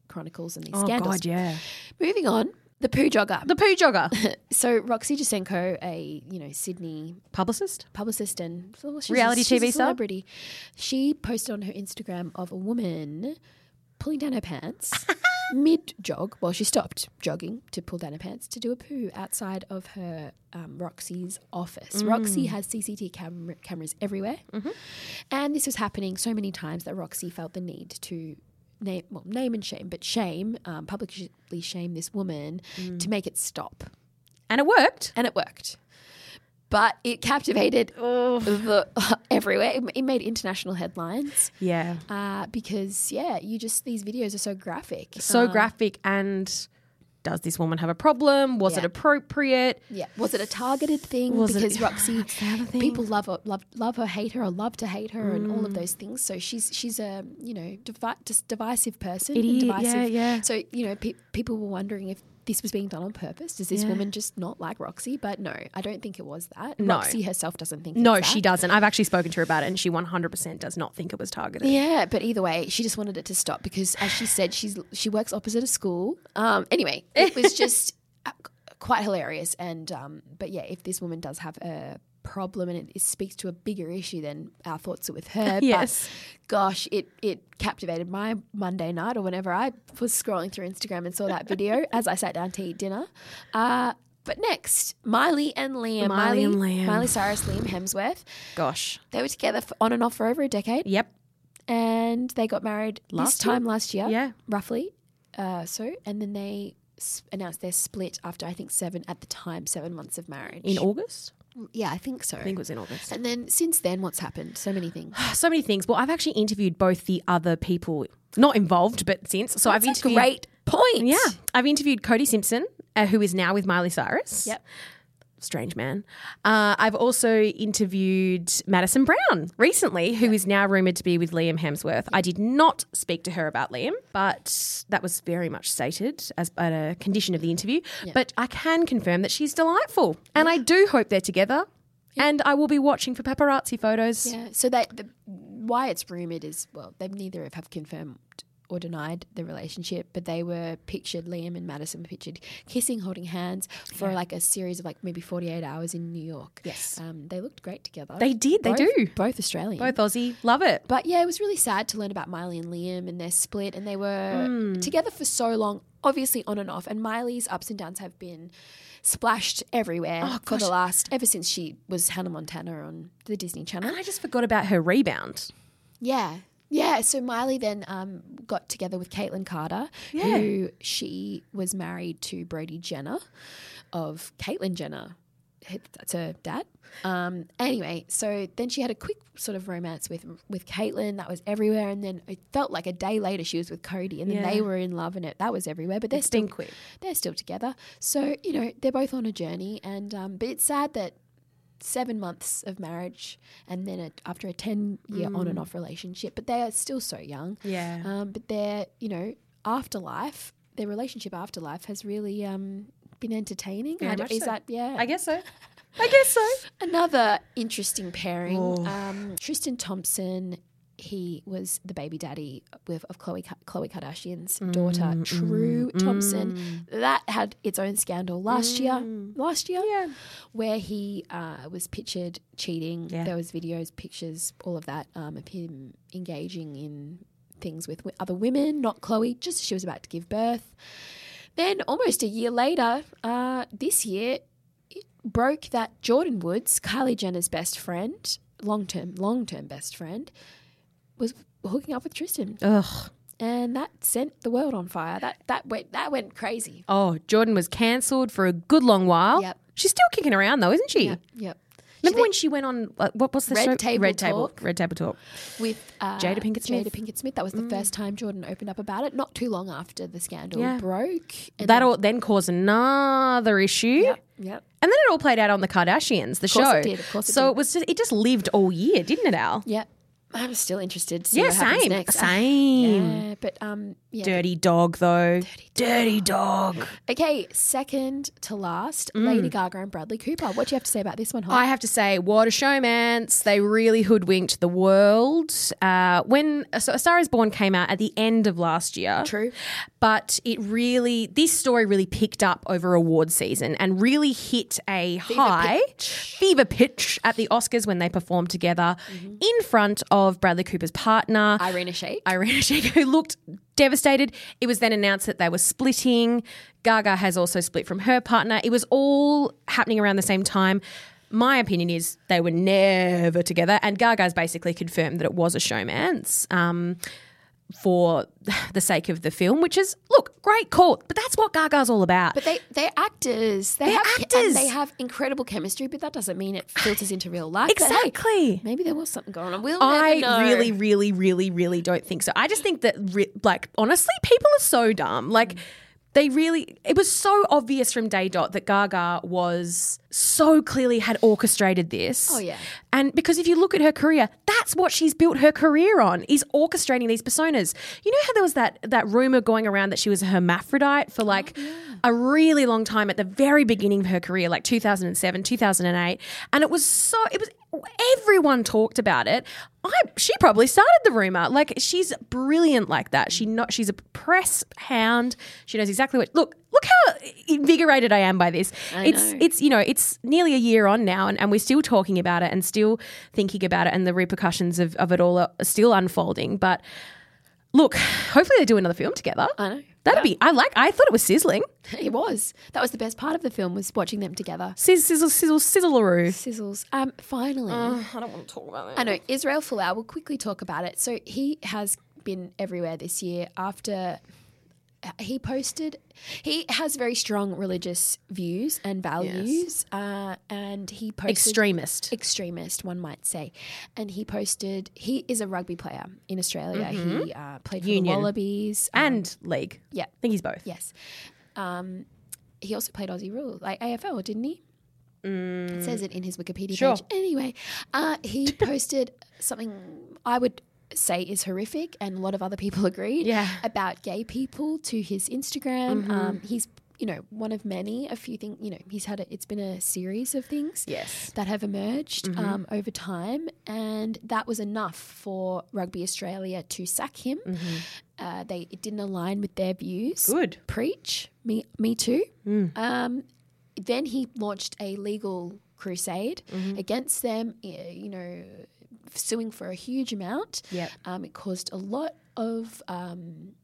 S1: chronicles and these
S2: Oh,
S1: scandals.
S2: God, yeah.
S1: Moving on, the poo jogger.
S2: The poo jogger.
S1: So Roxy Jasenko, a you know Sydney
S2: Publicist?
S1: publicist and well, she's
S2: Reality
S1: a, she's a
S2: TV star?
S1: celebrity, she posted on her Instagram of a woman pulling down her pants mid jog. Well, she stopped jogging to pull down her pants to do a poo outside of her um, Roxy's office.
S2: Mm.
S1: Roxy has CCTV cam- cameras everywhere,
S2: Mm-hmm.
S1: and this was happening so many times that Roxy felt the need to. Name, well, name and shame, but shame, um, publicly
S2: Mm.
S1: shame this woman to make it stop
S2: And it worked.
S1: and it worked. but it captivated the, everywhere. It, it made international headlines
S2: Yeah.
S1: uh, because, yeah, you just, these videos are so graphic.
S2: So graphic and does this woman have a problem? Was it
S1: Yeah.
S2: appropriate?
S1: Yeah. Was it a targeted thing?
S2: Was it-
S1: because Roxy,
S2: other thing. Mm.
S1: people love her, love love her, hate her, or love to hate her, and all of those things. So she's she's a you know devi- just divisive person. and
S2: It is-
S1: divisive.
S2: yeah, yeah.
S1: So you know pe- people were wondering if this was being done on purpose. Does this
S2: Yeah.
S1: woman just not like Roxy? But no, I don't think it was that.
S2: No.
S1: Roxy herself doesn't think.
S2: No,
S1: it's
S2: she
S1: that.
S2: doesn't. I've actually spoken to her about it and she 100% does not think it was targeted.
S1: Yeah, but either way, she just wanted it to stop because, as she said, she's she works opposite a school. Um, anyway, it was just uh, quite hilarious. And um, but yeah, if this woman does have a problem and it, it speaks to a bigger issue, then our thoughts are with her.
S2: Yes.
S1: But gosh, it it captivated my Monday night or whenever I was scrolling through Instagram and saw that video as I sat down to eat dinner. Uh, but next, Miley and Liam.
S2: Miley and Liam.
S1: Miley Cyrus, Liam Hemsworth.
S2: Gosh.
S1: They were together for, on and off for over a decade
S2: Yep.
S1: and they got married this
S2: Last year?
S1: time last year,
S2: Yeah.
S1: roughly. Uh, so, and then they s- announced their split after I think seven at the time seven months of marriage. Mm,
S2: In August?
S1: yeah, I think so.
S2: I think it was in August. Ah,
S1: and then since then, what's happened? So many things.
S2: So many things. Well, I've actually interviewed both the other people, not involved, but since. So I've
S1: That's a
S2: interviewed.
S1: great point.
S2: Yeah. I've interviewed Cody Simpson, uh, who is now with Miley Cyrus.
S1: Yep.
S2: Strange man. Uh, I've also interviewed Madison Brown recently, who is now rumored to be with Liam Hemsworth. I did not speak to her about Liam, but that was very much stated as at a condition of the interview. But I can confirm that she's delightful, and I do hope they're together. And I will be watching for paparazzi photos.
S1: Yeah. So that the, why it's rumored is well, they neither have confirmed or denied the relationship, but they were pictured Liam and Madison were pictured kissing, holding hands for like a series of like maybe forty eight hours in New York.
S2: Yes.
S1: Um, they looked great together.
S2: They did. They
S1: both,
S2: do.
S1: Both Australian.
S2: Both Aussie. Love it.
S1: But yeah, it was really sad to learn about Miley and Liam and their split, and they were together for so long, obviously on and off. And Miley's ups and downs have been splashed everywhere for the last ever since she was Hannah Montana on the Disney Channel.
S2: And I just forgot about her rebound.
S1: Yeah. Yeah, so Miley then um, got together with Caitlin Carter, who she was married to Brody Jenner of Caitlin Jenner. That's her dad. Um, anyway, so then she had a quick sort of romance with with Caitlin that was everywhere, and then it felt like a day later she was with Cody, and then
S2: Yeah.
S1: they were in love, and it that was everywhere. But they're
S2: It's
S1: still
S2: been quick.
S1: they're still together, so you know they're both on a journey, and um, but it's sad that seven months of marriage and then a, after a 10 year on and off relationship but they are still so young
S2: Mm. Yeah.
S1: um, but their you know afterlife their relationship afterlife has really um, been entertaining
S2: Very
S1: I don't-
S2: much
S1: is
S2: so.
S1: that yeah
S2: I guess so. I guess so.
S1: another interesting pairing
S2: Oh.
S1: um, tristan thompson he was the baby daddy with, of Chloe Khloe Kardashian's daughter, True Thompson. That had its own scandal last year. Last year,
S2: Yeah.
S1: where he uh, was pictured cheating.
S2: Yeah.
S1: There was videos, pictures, all of that um, of him engaging in things with wi- other women. Not Chloe, just as she was about to give birth. Then, almost a year later, uh, this year, it broke that Jordan Woods, Kylie Jenner's best friend, long term, long term best friend, was hooking up with Tristan,
S2: Ugh.
S1: and that sent the world on fire. That that went that went crazy.
S2: Oh, Jordan was cancelled for a good long while.
S1: Yep.
S2: She's still kicking around though, isn't she?
S1: Yep, yep.
S2: Remember when she went on uh, what was the
S1: Red
S2: show?
S1: Table
S2: Red Table.
S1: Talk.
S2: Red Table Talk.
S1: with uh,
S2: Jada Pinkett Smith. Mm.
S1: Jada Pinkett Smith. That was the first time Jordan opened up about it. Not too long after the scandal
S2: Yeah.
S1: broke. And
S2: That all then caused another issue.
S1: Yep. Yep.
S2: And then it all played out on the Kardashians, the
S1: course
S2: show.
S1: it did, of course it
S2: so
S1: did.
S2: it was just it just lived all year, didn't it, Al?
S1: Yep. I'm still interested. To see
S2: Yeah,
S1: what happens
S2: same.
S1: Next. Uh,
S2: Same.
S1: Yeah, but um, yeah.
S2: Dirty dog though. Dirty dog.
S1: Okay, second to last,
S2: Mm.
S1: Lady Gaga and Bradley Cooper. What do you have to say about this one? Hot?
S2: I have to say, what a showmance. They really hoodwinked the world. Uh, when A A Star is Born came out at the end of last year.
S1: True.
S2: But it really, this story really picked up over award season and really hit a high fever pitch at the Oscars when they performed together in front of Bradley Cooper's partner.
S1: Irina Shayk.
S2: Irina Shayk, who looked devastated. It was then announced that they were splitting. Gaga has also split from her partner. It was all happening around the same time. My opinion is they were never together, and Gaga's basically confirmed that it was a showman's. Um, for the sake of the film, which is look, great call, but that's what Gaga's all about.
S1: But they they're actors. They
S2: They're
S1: have
S2: actors.
S1: And they have incredible chemistry, but that doesn't mean it filters into real life. But hey,
S2: exactly.
S1: maybe there was something going on. We'll never know.
S2: I really, really, really, really don't think so. I just think that, re- like, honestly, people are so dumb. Like, they really, it was so obvious from Day Dot that Gaga was so clearly had orchestrated this.
S1: Oh, yeah.
S2: And because if you look at her career, that's what she's built her career on is orchestrating these personas. You know how there was that that rumor going around that she was a hermaphrodite for like a really long time at the very beginning of her career, like 2007, 2008, and it was so it was everyone talked about it. I she probably started the rumor. Like she's brilliant like that. She not she's a press hound. She knows exactly what. Look, look how invigorated I am by this. it's
S1: know.
S2: it's you know it's nearly a year on now and, and we're still talking about it and still thinking about it and the repercussions of, of it all are still unfolding but look hopefully they do another film together
S1: I know.
S2: that'd be i like i thought it was sizzling
S1: It was. That was the best part of the film was watching them together.
S2: sizz sizzle sizzle sizzleroo
S1: Sizzles. Um, finally,
S2: i don't want to talk about
S1: I know Israel Folau. We'll quickly talk about it. So he has been everywhere this year. After uh, he posted, he has very strong religious views and values, uh, and he posted
S2: extremist
S1: extremist, one might say. And he posted, he is a rugby player in Australia. He uh, played for
S2: Union.
S1: the Wallabies. Um,
S2: and league
S1: yeah,
S2: i think he's both
S1: yes. Um, he also played Aussie rules, like AFL, didn't he? It says it in his Wikipedia
S2: Mm. Sure.
S1: page. Anyway, uh, he posted something I would say is horrific, and a lot of other people agreed
S2: Yeah. Mm-hmm.
S1: about gay people to his Instagram. Um, he's you know one of many, a few things. You know he's had a, it's been a series of things
S2: yes Mm-hmm.
S1: that have emerged um, over time, and that was enough for Rugby Australia to sack him.
S2: Mm-hmm.
S1: Uh, they it didn't align with their views.
S2: good
S1: Preach, me, me too. Um, then he launched a legal crusade
S2: Mm-hmm.
S1: against them. y- You know, suing for a huge amount.
S2: Yep.
S1: Um, it caused a lot of um,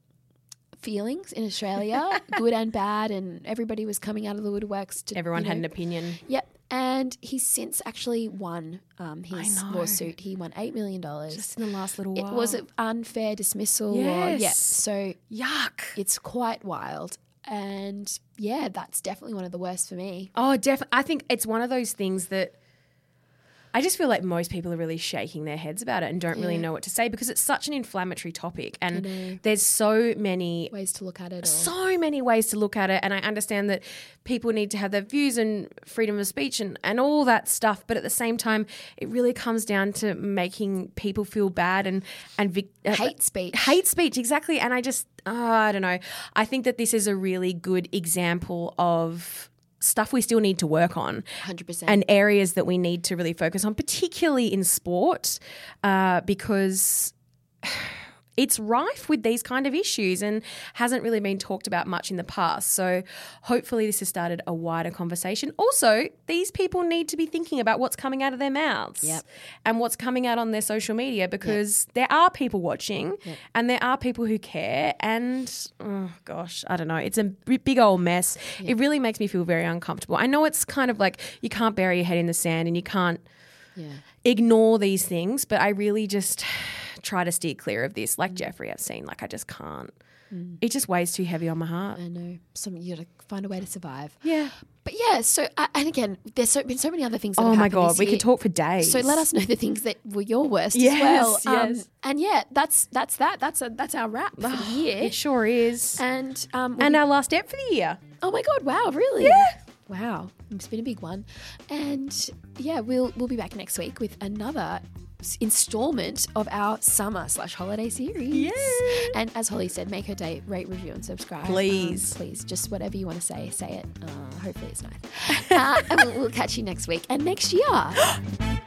S1: feelings in Australia, good and bad, and everybody was coming out of the woodworks to
S2: everyone
S1: you
S2: had
S1: know,
S2: an opinion
S1: Yep. And he's since actually won um, his
S2: know.
S1: lawsuit. He won $8 million. It
S2: in the last little while
S1: was an unfair dismissal. Or, yeah.
S2: Yes.
S1: So
S2: yuck
S1: it's quite wild. And yeah, that's definitely one of the worst for me.
S2: Oh, definitely. I think it's one of those things that I just feel like most people are really shaking their heads about it and don't really
S1: Yeah.
S2: know what to say because it's such an inflammatory topic
S1: know.
S2: and there's so many
S1: Ways to look at it. Or,
S2: so many ways to look at it and I understand that people need to have their views and freedom of speech and, and all that stuff but at the same time it really comes down to making people feel bad and and vic- uh,
S1: hate speech.
S2: hate speech exactly and i just uh, i don't know i think that this is a really good example of stuff we still need to work on
S1: 100%.
S2: and areas that we need to really focus on particularly in sport uh, because it's rife with these kind of issues and hasn't really been talked about much in the past. So, hopefully, this has started a wider conversation. Also, these people need to be thinking about what's coming out of their mouths
S1: Yep.
S2: and what's coming out on their social media because there are people watching and there are people who care. And oh gosh, I don't know. It's a b- big old mess. It really makes me feel very uncomfortable. I know it's kind of like you can't bury your head in the sand and you can't
S1: yeah.
S2: ignore these things, but I really just try to steer clear of this.
S1: Mm.
S2: Like Jeffrey, I've seen, like I just can't. It just weighs too heavy on my heart.
S1: I know. Some, you gotta find a way to survive.
S2: Yeah.
S1: But yeah, so, I and again, there's so, been so many other things that
S2: Oh
S1: have
S2: my
S1: happened
S2: god,
S1: this
S2: we
S1: year.
S2: could talk for days.
S1: So let us know the things that were your worst as
S2: Yes,
S1: well. Um,
S2: yes.
S1: and yeah, that's that's that. That's a, that's our wrap for the year.
S2: It sure is.
S1: And um,
S2: And our last app for the year.
S1: Oh my god! Wow, really? Yeah. Wow, it's been a big one, and yeah, we'll we'll be back next week with another s- installment of our summer slash holiday series.
S2: Yes.
S1: And as Holly said, make her day, rate, review, and subscribe. Um,
S2: Please.
S1: please, just whatever you want to say, say it. Uh, hopefully, it's nice. uh, and we'll, we'll catch you next week and next year.